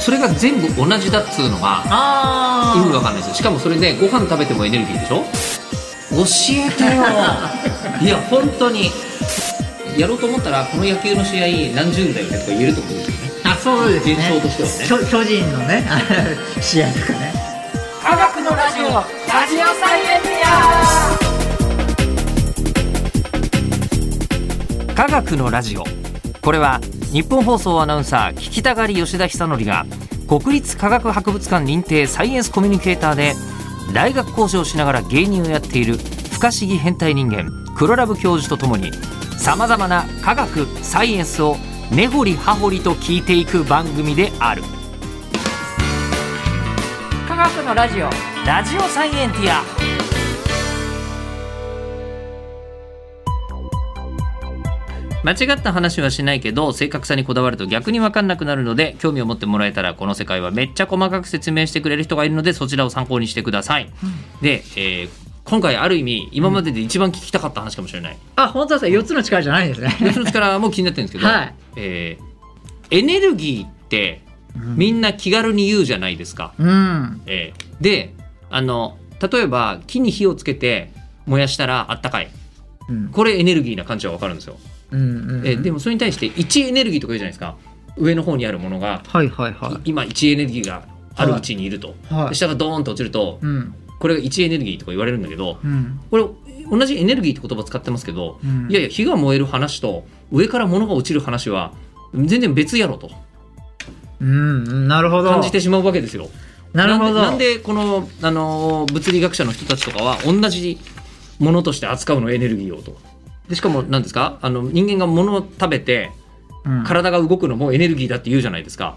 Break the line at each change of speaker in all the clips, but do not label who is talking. それが全部同じだっつうのが
あ
意味
ー
わかんないですよしかもそれねご飯食べてもエネルギーでしょ教えてよ いや本当にやろうと思ったらこの野球の試合何十人だよねとか言えるってことですよね
あそうですね
現象としてはね
きょ巨人のねあの試合とかね
科学のラジオラジオサイエンティア科学のラジオこれは日本放送アナウンサー聞きたがり吉田久典が国立科学博物館認定サイエンスコミュニケーターで大学講師をしながら芸人をやっている不可思議変態人間黒ラブ教授とともにさまざまな科学サイエンスを根掘り葉掘りと聞いていく番組である科学のラジオラジオサイエンティア間違った話はしないけど正確さにこだわると逆に分かんなくなるので興味を持ってもらえたらこの世界はめっちゃ細かく説明してくれる人がいるのでそちらを参考にしてください、で、えー今回ある意味今までで一番聞きたかった話かもしれない、
あ本当はさ4つの力じゃないんですね
別の力も気になってるんですけど、
はい
えーエネルギーってみんな気軽に言うじゃないですか、
うん
えーであの例えば木に火をつけて燃やしたらあったかい
うん
これエネルギーな感じはわかるんですよ、
うんうん
えーでもそれに対して1エネルギーとか言うじゃないですか上の方にあるものが
はいはいはい
今1エネルギーがある位置にいると、
はい
で下がドーンと落ちると
うん
これが1エネルギーとか言われるんだけど
うん
これ同じエネルギーって言葉使ってますけど、
うん
いやいや火が燃える話と上から物が落ちる話は全然別やろと
うんなるほど
感じてしまうわけですよ。
なるほど
んでなんでこの、あのー物理学者の人たちとかは同じものとして扱うのエネルギーをと。でしかも何ですかあの人間が物を食べて
うん
体が動くのもエネルギーだって言うじゃないですか。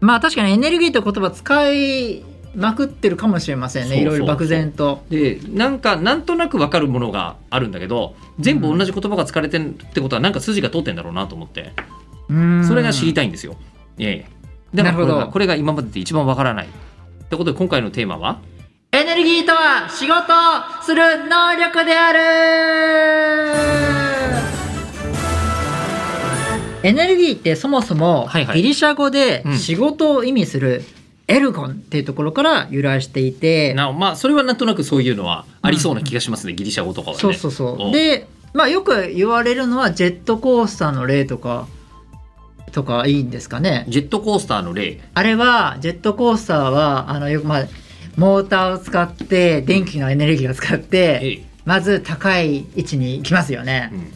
まあ確かにエネルギーという言葉使いまくってるかもしれません
そうそう
ねいろいろ漠然と
でなんかなんとなく分かるものがあるんだけど全部同じ言葉が使われてるってことはなんか筋が通ってんだろうなと思って
うん
それが知りたいんですよ。いやいやだからこれ
なる
が
ほど
これが今までで一番分からない。ってことで今回のテーマは
エネルギーとは仕事をする能力であるエネルギーってそもそも
はいはい
ギリシャ語で
うん
仕事を意味するエルゴンっていうところから由来していて、
なおまあそれはなんとなくそういうのはありそうな気がしますね、ギリシャ語とかはね。
そうそう
お
そうで、まあ、よく言われるのはジェットコースターの例とかとかいいんですかね
ジェットコースターの例
あれはジェットコースターはあのよくまあモーターを使って電気のエネルギーを使って、
ええ
まず高い位置に行きますよね、
うん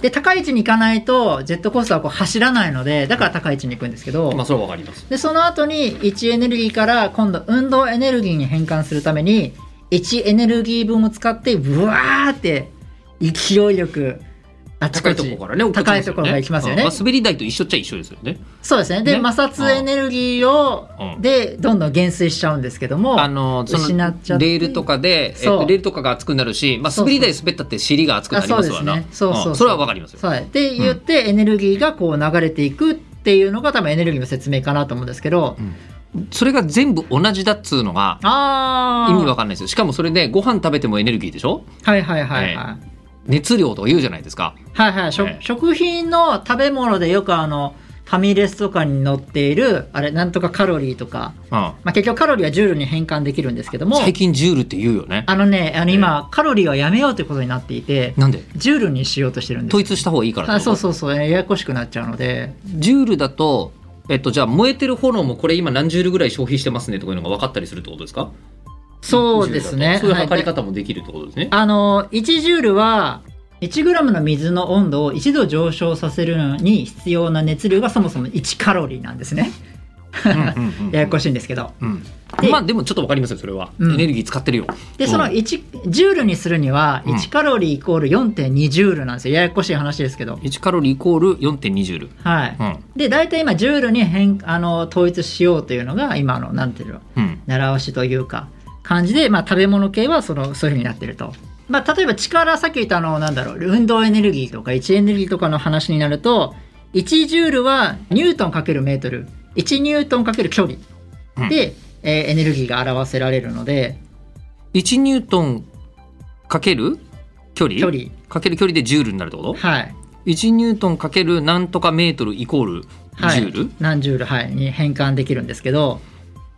で高い位置に行かないとジェットコースターはこう走らないのでだから高い位置に行くんですけど、
まあそれはわかります。
でその後に位置エネルギーから今度運動エネルギーに変換するために位置エネルギー分を使ってブワーって勢いよくあち
高
こ
い
ち
ところからね、
高いところから行きますよね
ああ滑り台と一緒っちゃ一緒ですよね。
そうですねで
ね
摩擦エネルギーを
うん
でどんどん減衰しちゃうんですけども
あのそ
失っちゃ
の
って
レールとかで、えっ
そ
と、
う
レールとかが熱くなるし、まあ
そうそう
滑り台滑ったって尻が熱くなりますわな
あ。そうですねそうそうそうん
それはわかりますよ。
そうって言ってエネルギーがこう流れていくっていうのが多分エネルギーの説明かなと思うんですけど、
それが全部同じだっつうのが
ああ
意味わかんないですよ。しかもそれでご飯食べてもエネルギーでしょ。
はいはいはいはい、
え熱量とか言うじゃないですか。
はいはい、食
ええ
食品の食べ物でよくあのファミレスとかに載っているあれなんとかカロリーとか、
うん。
まあ、結局カロリーはジュールに変換できるんですけども
最近ジュールって言うよね。
あのねあの今、カロリーはやめようということになっていて
なんで
ジュールにしようとしてるんです
統一した方がいいからって
あ
こと
そうそうそうややこしくなっちゃうので
ジュールだと、えっと、じゃあ燃えてる炎もこれ今何ジュールぐらい消費してますねとかいうのが分かったりするってことですか
そうですね
ジュールだとそういう測り
はい
方もできるってことですね。
あの1ジュールは1グラムの水の温度を1度上昇させるのに必要な熱量がそもそも1カロリーなんですね
うんうん
ややこしいんですけど
うん
で
まあでもちょっと分かりますよそれは、
うん
エネルギー使ってるよ。
でその1ジュールにするには
うん
1カロリーイコール4.2ジュールなんですよややこしい話ですけど
1カロリーイコール4.2ジュール。
はい
うん
で大体今ジュールに変あの統一しようというのが今のなんていうの
うん
習わしというか感じで、まあ、食べ物系はそのそういうふうになってると、まあ、例えば力さっき言ったあのなんだろう運動エネルギーとか位置エネルギーとかの話になると1ジュールはニュートン×メートル1ニュートン×距離
うん
で、えーエネルギーが表せられるので
1ニュートンかける距離
距離
かける距離でジュールになるってこと
はい
?1 ニュートンかけるなんとかメートルイコール
はい、
ジュール
何ジュール、はい、に変換できるんですけど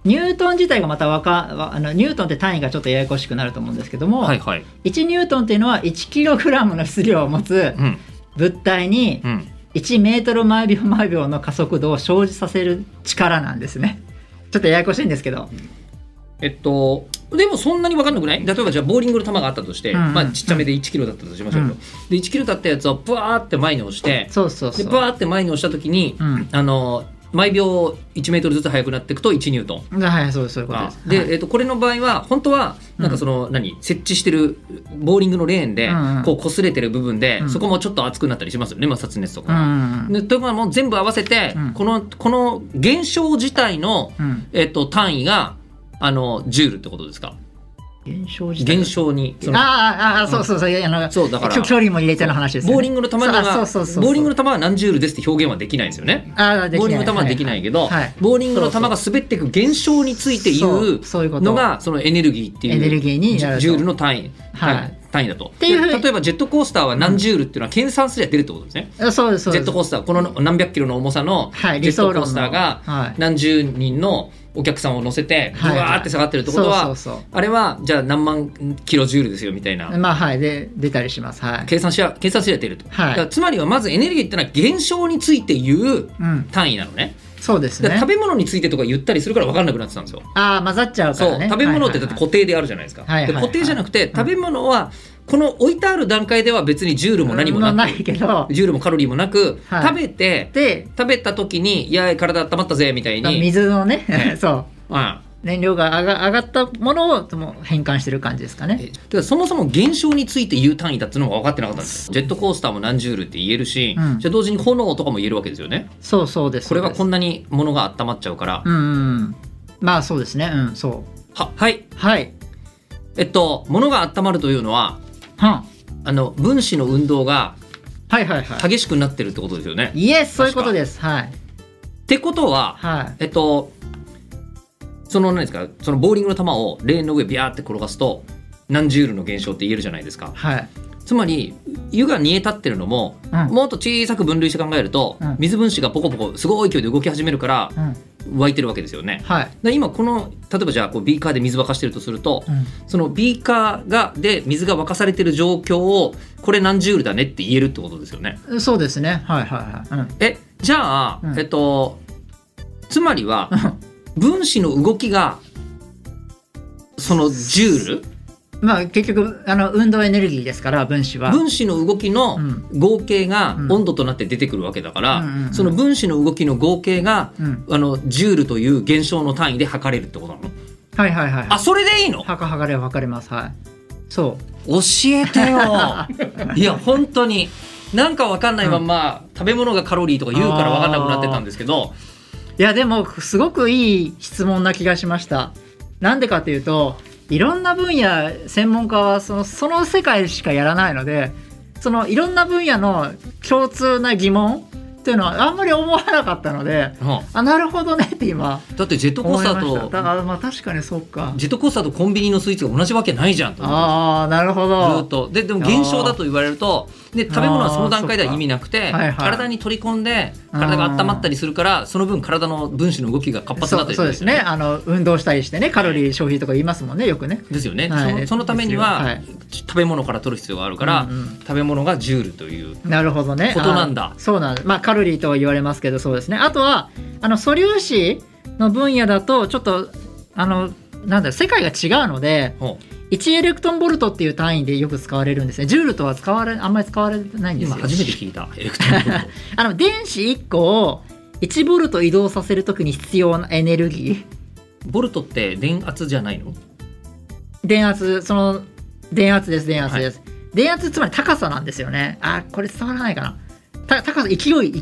ニュートン自体がまたわかわあのニュートンって単位がちょっとややこしくなると思うんですけども、
はいはい。
1ニュートンっていうのは 1kg の質量を持つ
うん。
物体に
うん。
1メートル毎秒毎秒の加速度を生じさせる力なんですね。ちょっとややこしいんですけど、
えっと、でもそんなに分かんなくない例えばじゃあボーリングの球があったとして、
うんうん
まあ、ちっちゃめで1キロだったとしましょうけど、
うん
で1キロだったやつをブワーって前に押して
そうそう
で
そう。
ブワーって前に押した時に、
うん
あの毎秒1メートルずつ速くなっていくと1ニュートン。
はい、そうそういうことで
あ
す。
で、
はい
えっとこれの場合は本当はなんかその、何設置してるボーリングのレーンで、
うんうん
こう擦れてる部分で、
うん
そこもちょっと熱くなったりしますよね摩擦熱と
う
か。
ん
でということはもう全部合わせて、
うん
このこの現象自体の、
うん、
えっと単位があのジュールってことですか
現象自体
現象にその
あーあーあーそうそうそう、あの
そうだから
距距離も入れての話ですよね、
ボーリングの球が
そうあそうそうそうそう
ボーリングの球は何ジュールですって表現はできないんですよね。
あーでき
ボー
ない
リングの球はできないけど、
はいはい
ボーリングの球が滑っていく現象について言
そううそういうこと
のがそのエネルギーっていう
エネルギーに
ジ
な
ュ
ると
ジュールの単位、
はい
単位単位だと。
ていうふうに
で例えばジェットコースターは何ジュールっていうのは計算すりゃ出るってことですね。
あそうですそう
ジェッ
です
トコースターこの何百キロの重さのジ
はい
ェ
理
ット
想
コ
論の
ースターが
はい
何十人のお客さんを乗せてブワーって下がってるってこと
そ
は
うそう
あれはじゃあ何万キロジュールですよみたいな
そうまあはいで出たりしますはい、
計算しや計算しや出ると、
はい
だからつまりはまずエネルギーってのは現象について言う
うん、
単位なのね
そうです
だから
ね
食べ物についてとか言ったりするから分かんなくなってたんですよ、
ああ混ざっちゃうか
そ
ら
う
ね
食べ物ってだって固定であるじゃないですか、
はいはいは
で
い
固定じゃなくて食べ物はこの置いてある段階では別にジュールも何もなく、
いけど
ジュールもカロリーもなく、
はい
食べて
で
食べた時に「いやー体温まったぜ」みたい に、
水のね、 そう
うん
燃料が上が上がったものをとも変換してる感じですかね
えてかそもそも現象について言う単位だってのが分かってなかったんですよジェットコースターも何ジュールって言えるし、
うん
じゃあ同時に炎とかも言えるわけですよね
そうそうです
これはこ
そうん
なに物が温まっちゃうから、
ですうんうんまあそうですねうんそ
ははい、
うはい
えっと、物が温まるというのは、
はん
あの分子の運動が
はいはいはい
激しくなってるってことですよね。
イエスそういうことですはい
ってことは、
はい
えっと、その何ですか、そのボーリングの球をレーンの上ビャーって転がすと、何ジュールの現象って言えるじゃないですか。
はい
つまり、湯が煮え立ってるのも、
うん
もっと小さく分類して考えると、
うん
水分子がポコポコすごい勢いで動き始めるから
うん
湧いてるわけですよね。
はい
で今この例えばじゃあこうビーカーで水沸かしてるとすると、
うん
そのビーカーがで水が沸かされてる状況をこれ何ジュールだねって言えるってことですよね。
そうですね。はいはいはい。
えじゃあ、
うん
えっとつまりは
う
分子の動きがそのジュール
ん、まあ結局あの運動エネルギーですから分子は。
分子の動きの
うん
合計が
うん
温度となって出てくるわけだから、
うんうんうん
その分子の動きの合計が
うん、
あのジュールという現象の単位で測れるってことなの
はいはいはい。
あそれでいいの
はかはかれ分かれます。はい。そ
教えてよ いや本当になんかわかんないまんま、食べ物がカロリーとか言うからわかんなくなってたんですけど
う。いやでもすごくいい質問な気がしました。なんでかというといろんな分野専門家はそのその世界しかやらないのでそのいろんな分野の共通な疑問っていうのはあんまり思わなかったので
うん
あなるほどねって今
だってジェットコー
思
スタ
いました
ー
だ
と
からまあ確かにそうか
ジェットコースターとコンビニのスイーツが同じわけないじゃんと思って
ああなるほど
ずっとででも現象だと言われるとで食べ物はその段階では意味なくて、
あーはいはい
体に取り込んで体が温まったりするからその分体の分子の動きが活発になっ
そ
た
う
り
そうですねあの運動したりしてねカロリー消費とか言いますもんねよくね
ですよね、
はい
そのそのためには、
です
食べ物から取る必要があるから、
うんうん
食べ物がジュールという
なるほどね
ことなんだ
あそうなんですまあカロリーとは言われますけどそうですねあとはあの素粒子の分野だとちょっとあのなんだろう世界が違うので
ほう
1エレクトンボルトっていう単位でよく使われるんですねジュールとは使われあんまり使われてないんです
今
よ
初めて聞いたエレクトロンボルト
あの電子1個を1ボルト移動させるときに必要なエネルギー
ボルトって電圧じゃないの
電圧その電圧です電圧です、電圧つまり高さなんですよねあこれ伝わらないかなた高さ勢い勢い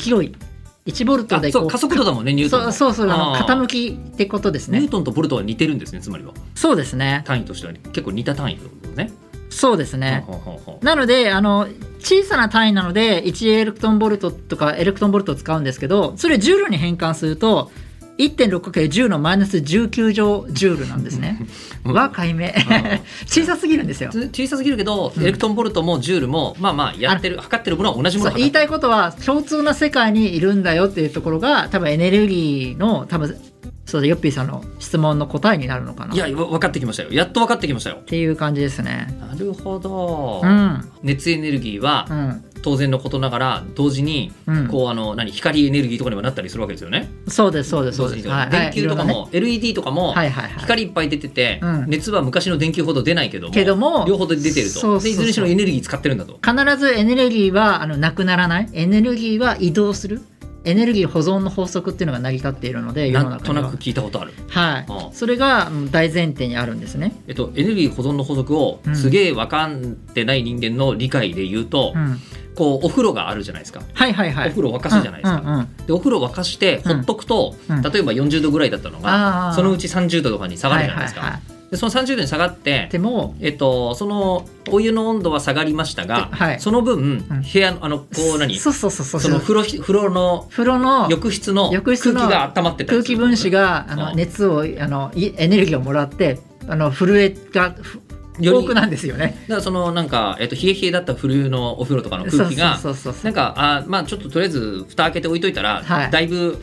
1ボルト
あ
で
そ
こ
う
う
加速度だもんねニュートン
そうそうそうあの
あー
傾きってことです
ニュー
ね
トンとボルトは似てるんですねつまりは
そうですね
単位としては結構似た単位ってことね
そうですね
ほうほうほうほう
なのであの小さな単位なので1エレクトンボルトとかエレクトンボルトを使うんですけどそれをジュールに変換すると 1.6×10 のマイナス19乗ジュールなんで すね。は解明 小さすぎるんですよ。
小さすぎるけど、エレクトンボルトもジュールもまあまあやってる測ってるものは同じも
そ
の
う言いた
い
いことは共通な世界にいるんだよっていうところが多分エネルギーの多分そうだヨッピーさんの質問の答えになるのかないっ
やわ分かってきましたよやっと分かってきましたよ
ていう感じですね。
なるほど、
うん
熱エネルギー
う
は
ん
当然のことながら同時に
うん
こうあの何光エネルギーとかにもなったりするわけですよね
そうですそうですそう
同時
です。
に
はい
電球とか
はい
も LED とかも
はいはいはい。
光いっぱい出てて、
うん
熱は昔の電球ほど出ないけども
けども
両方で出てると
そうそうそう
でいずれにしろエネルギー使ってるんだと
必ずエネルギーはあのなくならないエネルギーは移動するエネルギー保存の法則っていうのが成り立っているので世の
なん
中
と
には
なく聞いたことある、
はい、
うん
それがうん大前提にあるんですね、
えっと、エネルギー保存の法則を
うん
すげえ分かってない人間の理解で言うと、
うん、
こうお風呂があるじゃないですか、
はいはいはい
お風呂沸かすじゃないですか、
うんうんうん
でお風呂沸かしてほっとくと、
うん
例えば40度ぐらいだったの
あ
が
ー
そのうち30度とかに下がるじゃないですか、
はいはいは
でその30度に下がって
い、でも
えっと、そのお湯の温度は下がりましたが、
はい
その分
うん
部屋のあのこう何
そうそうそうそう
その風呂ひ風呂の
風呂の
浴室の
浴
空
室
気
の
が温まってたり
空
する
気分子があ
う
の
ん
熱をあのいエネルギーをもらってあの震えがふ
よ
多
り
く
だか
なんですよね
らそのなんか、えっと、冷え冷えだった冬のお風呂とかの空気が
そうそうそうそう
なんかあまあちょっととりあえず蓋開けて置いといたら、
はい
だいぶ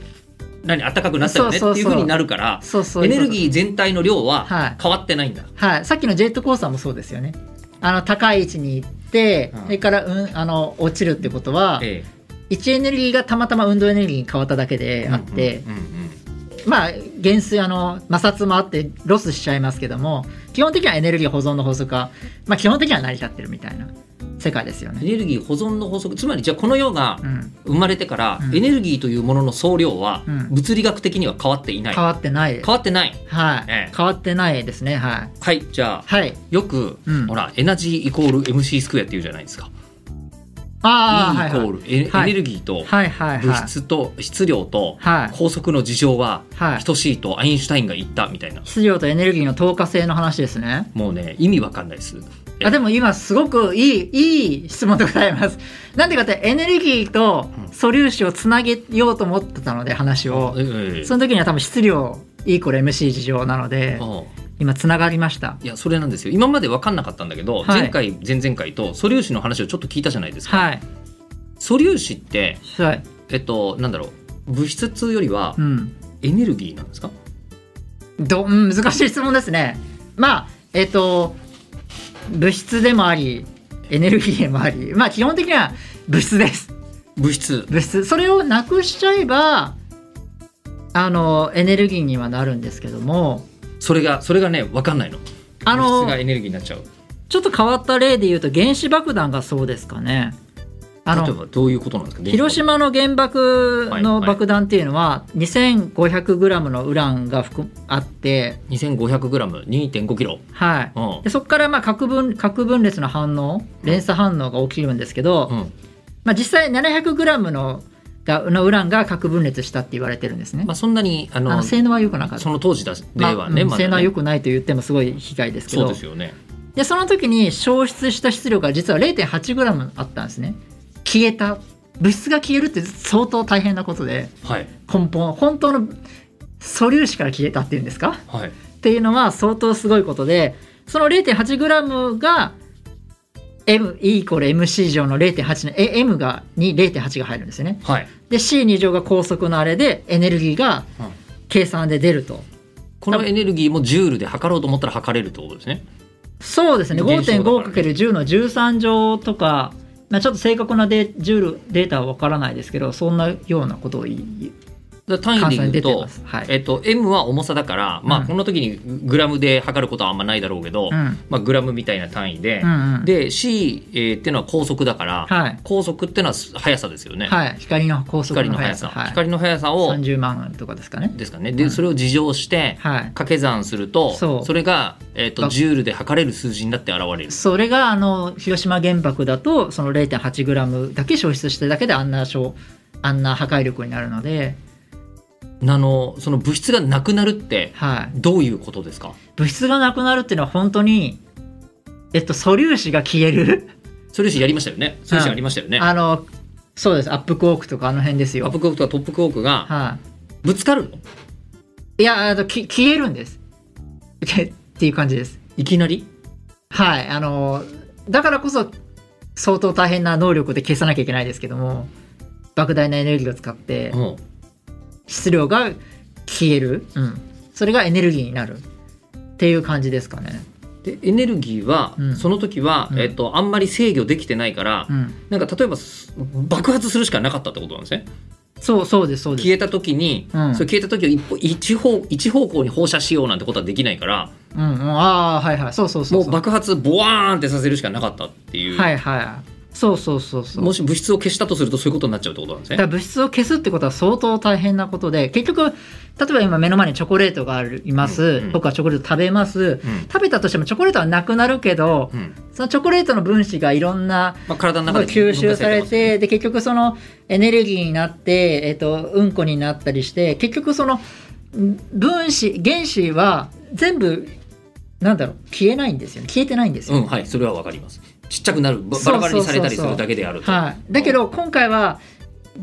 何暖かくなったよねって
そうそう
い
そう
うふうになるから
そうそう
エ
いう
ネ
こと
ルギー全体の量は
はい
変わってないんだ、
はい、さっきのジェットコースターもそうですよね。あの高い位置に行って、
うん
それから、うん、あの落ちるってことは、
え
位置エネルギーがたまたま運動エネルギーに変わっただけで
え
あって、
うんうんうん
まあ減衰あの摩擦もあってロスしちゃいますけども基本的にはエネルギー保存の法則は、まあ、基本的には成り立ってるみたいな世界ですよ
エ
ね。
ネルギー保存の法則つまりじゃあこの世が
うん、
生まれてから、
うん
エネルギーというものの総量は
うん
物理学的には変わっていない、
変わってないです。
変わってない
はい、
ええ
変わってないですね。はい。
はいじゃあ
はい。
よく、
うん
ほらエナジーイコール MC スクエアっていうじゃないですか、
ああ、
E イコー
はい
ルエ,、
はい
ネルギーと
はい。はいはい
物
はい。
質と質量と
はい
高速の事情は
はい。
等しいとアインシュタインが言ったみたいな
質量とエネルギーの透過性の話ですね。
もうね意味わかんないですえ
あでも今すごくいいいい質問でございます。なんでかってエネルギーと素粒子をつなげようと思ってたので話を、
ええ
その時には多分質量イコール MC 事情なので
うん
今つながりました。
いやそれなんですよ今までわかんなかったんだけど、
はい
前回前々回と素粒子の話をちょっと聞いたじゃないですか、
はい
素粒子って
はい
えっとなんだろう物質よりは
うん
エネルギーなんですか、
どうん難しい質問ですね。まあえっ、と物質でもありエネルギーでもありまあ基本的には物質です。
物質
物質それをなくしちゃえばあのエネルギーにはなるんですけども
それがそれがねわかんないの
あ
物
の
質がエネルギーになっちゃう
ちょっと変わった例で言うと原子爆弾がそうですかねあ
例え
の
ばどういうことなんですか
広島の原爆の爆弾っていうのは 2500g のウランが含あって、
2500g2.5 キロ
はい
うん
でそこからまあ核分核分裂の反応連鎖反応が起きるんですけど、
うん
まあ、実際 700g のがのウランが核分裂したって言われてるんですね
まあ、。そんなにあの
あの性能は良くなかった
その当時だしではね,、
うん
まだね
性能は良くないと言ってもすごい被害ですけ
そう
ど
ですよね
でその時に消失した質量が実は 0.8g あったんですね消えた物質が消えるって相当大変なことで
はい
根本本当の素粒子から消えたっていうんですか
はい
っていうのは相当すごいことでその 0.8g が M E イコール MC 乗の0.8のえ M がに0.8が入るんですよね
はい
で C2 乗が高速のあれでエネルギーが
うん
計算で出ると、
このエネルギーもジュールで測ろうと思ったら測れるってことですね
そうですね
現象だから
5.5×10 の13乗とか、まあ、ちょっと正確なデジュールデータはわからないですけどそんなようなことを言い
だから単位で言う
換算出て
と
ますはい
えっと、M は重さだから、まあ、
うん
この時にグラムで測ることはあんまないだろうけど、
うん
まあ、グラムみたいな単位で、
うんうん
で C、えーっていうのは高速だから、
はい
高速っていうのは速さですよね、
はい、光の高速
光
の
の
速
速
さ
さ、
はい、
光の速さを
30万とかですかね
ですかねで、
うん
それを事乗して
はい
掛け算すると
そう
れが、えー、と
ば
ジュールで測れる数字になって現れる
それがあの広島原爆だとその 0.8g だけ消失してるだけであんな小あんな破壊力になるので、
あのその物質がなくなるって
はい、
どういうことですか
物質がなくなるっていうのは本当に、えっと、素粒子が消える、
素粒子やりましたよね素粒子ありましたよね、
あのそうですアップクォークとかあの辺です
アッ
よ
プクォークとかトップクォークが
はい
ぶつかるの
いやあのき消えるんですっていう感じです
いきなり
はいあのだからこそ相当大変な能力で消さなきゃいけないですけども莫大なエネルギーを使って
うん
質量が消える、うん、それがエネルギーになるっていう感じですかね、
でエネルギーは、
うん
その時は、
うん
えっとあんまり制御できてないから、
うん、
なんか例えばす爆発するしかなかったってことなんですね
そうそうですそうです
消えた時に、
うん
それ消えた時を一歩一方一方向に放射しようなんてことはできないから
うんうん、ああはいはいそうそうそう
も
そう
う爆発ボワーンってさせるしかなかったっていう、
はいはいそうそうそうそう
もし物質を消したとするとそういうことになっちゃうってことなんです
だか
ね
ら物質を消すってことは相当大変なことで結局例えば今目の前にチョコレートがあります、
うんうん
僕はチョコレート食べます、
うん
食べたとしてもチョコレートはなくなるけど
うん
そのチョコレートの分子がいろんな
まあ、体の中で
吸収され
分解
てで結局そのエネルギーになって、えっとうんこになったりして結局そのん分子原子は全部なんだろう消えないんですよね消えてないんですよ、
うんはいそれはわかりますちっちゃくなるば
そう
バ
そ
ラ
うそう
バラにされ
そう
たりするだけであると
はい、だけど今回は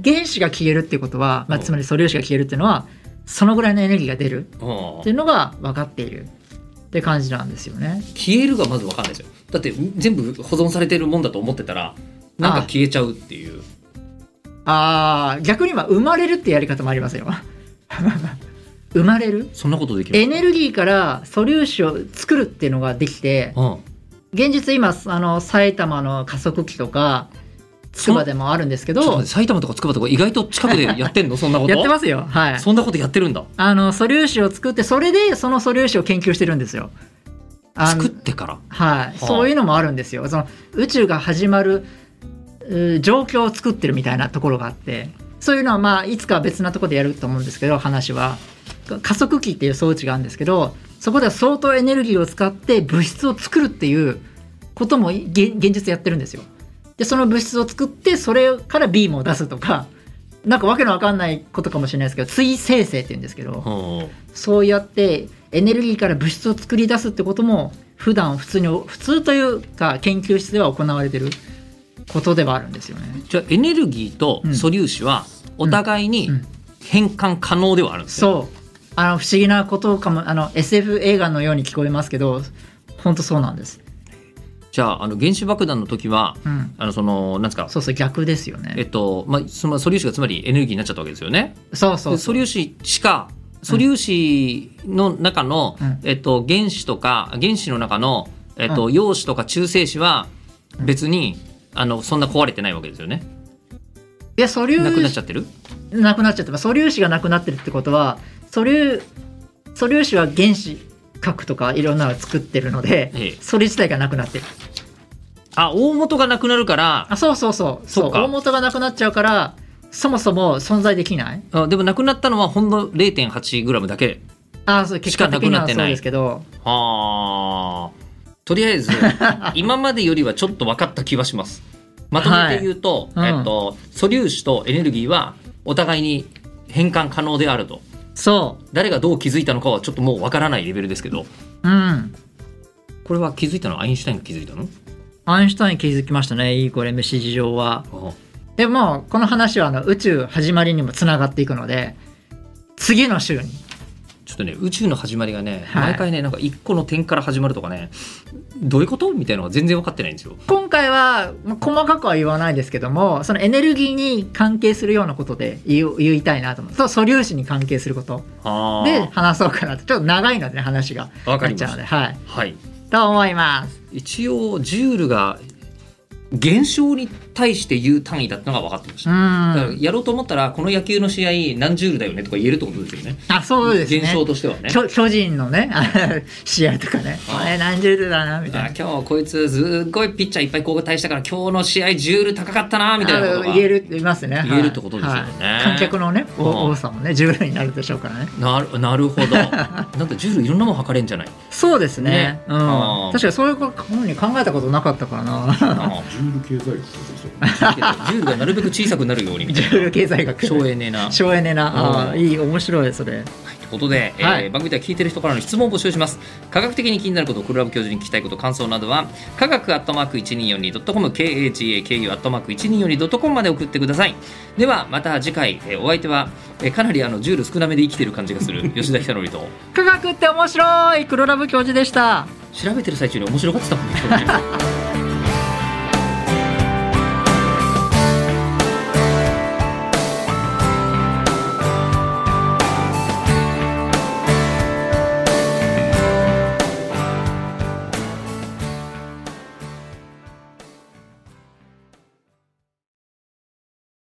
原子が消えるってことは、まあ、
うん
つまり素粒子が消えるっていうのはそのぐらいのエネルギーが出る
うん
っていうのが分かっているって感じなんですよね。
消えるがまずわかんないですよだって全部保存されてるもんだと思ってたらなんか消えちゃうっていう
ああ逆には生まれるってやり方もありますよ。 生まれる
そんなことできる
エネルギーから素粒子を作るっていうのができて
うん
現実今あの埼玉の加速器とか筑波でもあるんですけ
ちょっと待
ど
って埼玉とか筑波とか意外と近く でやってんのそんなこと
やってますよはい
そんなことやってるんだ
あの素粒子を作ってそれでその素粒子を研究してるんですよ。あの
作ってから
は
あ
い、そういうのもあるんですよその宇宙が始まるうー状況を作ってるみたいなところがあってそういうのはまあいつかは別なところでやると思うんですけど話は加速器っていう装置があるんですけどそこでは相当エネルギーを使って物質を作るっていうこともい現現実やってるんですよ。でその物質を作ってそれからビームを出すとかなんかわけのわかんないことかもしれないですけど追生成っていうんですけど、
うん
そうやってエネルギーから物質を作り出すってことも普段普通に普通というか研究室では行われてることではあるんですよね。
じゃあエネルギーと素粒子はお互いに
うん
変換可能ではあるんですね、
そうあの不思議なことかもあの SF 映画のように聞こえますけど本当そうなんです。
じゃああの原子爆弾の時は
うん、
あのそのなんですか
そうそう逆ですよ
え
ね。
っとまあその素粒子がつまりエネルギーになっちゃったわけですよね
そうそう
で
そ
素
う。
粒子しか素粒子の中の、
うん
えっと、原子とか原子の中の、えっと
う
陽子とか中性子は別に、あのそんな壊れてないわけですよね。
いや素粒
なくなっち
子
ゃってる
なくなっちゃってます素粒子がなくなってるってことは素粒素粒子は原子核とかいろんなのを作ってるので、
ええ
それ自体がなくなってる。
あ大元がなくなるから
あそうそうそうそう
そうか
大元がなくなっちゃうからそもそも存在できない
あでもなくなったのはほんの 0.8g だけ。
あそう
し
結
か
果
な
的
く
に
なっ
は
て
そう
ない
ですけど
はあとりあ えず今までよりはちょっと分かった気はします。まとめて言うと,、
はいうん
えっと素粒子とエネルギーはお互いに変換可能であると。
そ
誰がどう気づいたのかはちょっともうわからないレベルですけど
ううん
これは気づいたのはアインシュタインが気づいたの
アインシュタイン気づきましたねいいこれ虫事情は
あ
でもこの話はあの宇宙始まりにもつながっていくので次の週に
ちょっとね宇宙の始まりがね、
はい
毎回ねなんか一個の点から始まるとかねどういうことみたいなのが全然分かってないんですよ。
今回はまあ細かくは言わないですけどもそのエネルギーに関係するようなことで言う言いたいなと思うそう素粒子に関係すること
あ
で話そうかなとちょっと長いのでね話が
わか
な
り
っ
ま
ち
し
ゃう
た
のではい
はい、
と思います
一応ジュールが減少に対して言う単位だったのが分かってまし
う
た。だから
ん
やろうと思ったらこの野球の試合何ジュールだよねとか言えるってことですよね。
あそうですね
現象としてはね。
巨巨人のね あ試合とかね
ああ
あれ何十ルだなみた
あ
い
今日こいつすっごいピッチャーいっぱい交代したから今日の試合ジュール高かったなみ
な
たいなこと
あ
が
の言えるって言いますねはい
言えるってことですよね
はい観客のね
あ
お
あ
多さもね十ルになるでしょうからね
なるな るほどなんかジュールいろんなもん測れんじゃない
そうですね
ね
うん
ああ
確かにそういうふうに考えたことなかったか ら
あ
な
あ
ジュール経済学ですよ。
ジュールがなる べく小さくなるようにみた
十
い
ル経済
な省
学
エネな
省エネなああ
うん
いい面白いそれ
はいとことで、えー
はい
番組では聞いてる人からの質問を募集します科学的に気になることクルラブ教授に聞きたいこと感想などは科学アットマーク 1242.com KAGAKU アットマーク 1242.com まで送ってくださいではまた次回、えーお相手は、えーかなりあのジュール少なめで生きてる感じがする吉田ひたのりと
科学って面白い黒ラブ教授でした
調べてる最中に面白がってたもんね